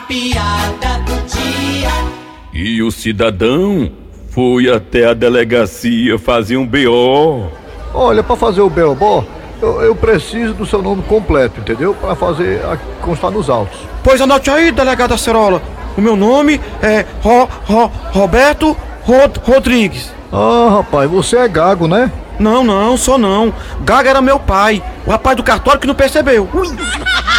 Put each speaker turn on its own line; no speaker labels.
piada do dia.
E o cidadão foi até a delegacia fazer um BO.
Olha, para fazer o BOBO, eu, eu preciso do seu nome completo, entendeu? Para fazer a- constar nos autos.
Pois anote aí, delegado Acerola. O meu nome é Ro, Ro, Roberto Rod- Rodrigues.
Ah, rapaz, você é gago, né?
Não, não, só não. Gaga era meu pai. O rapaz do cartório que não percebeu. Ui.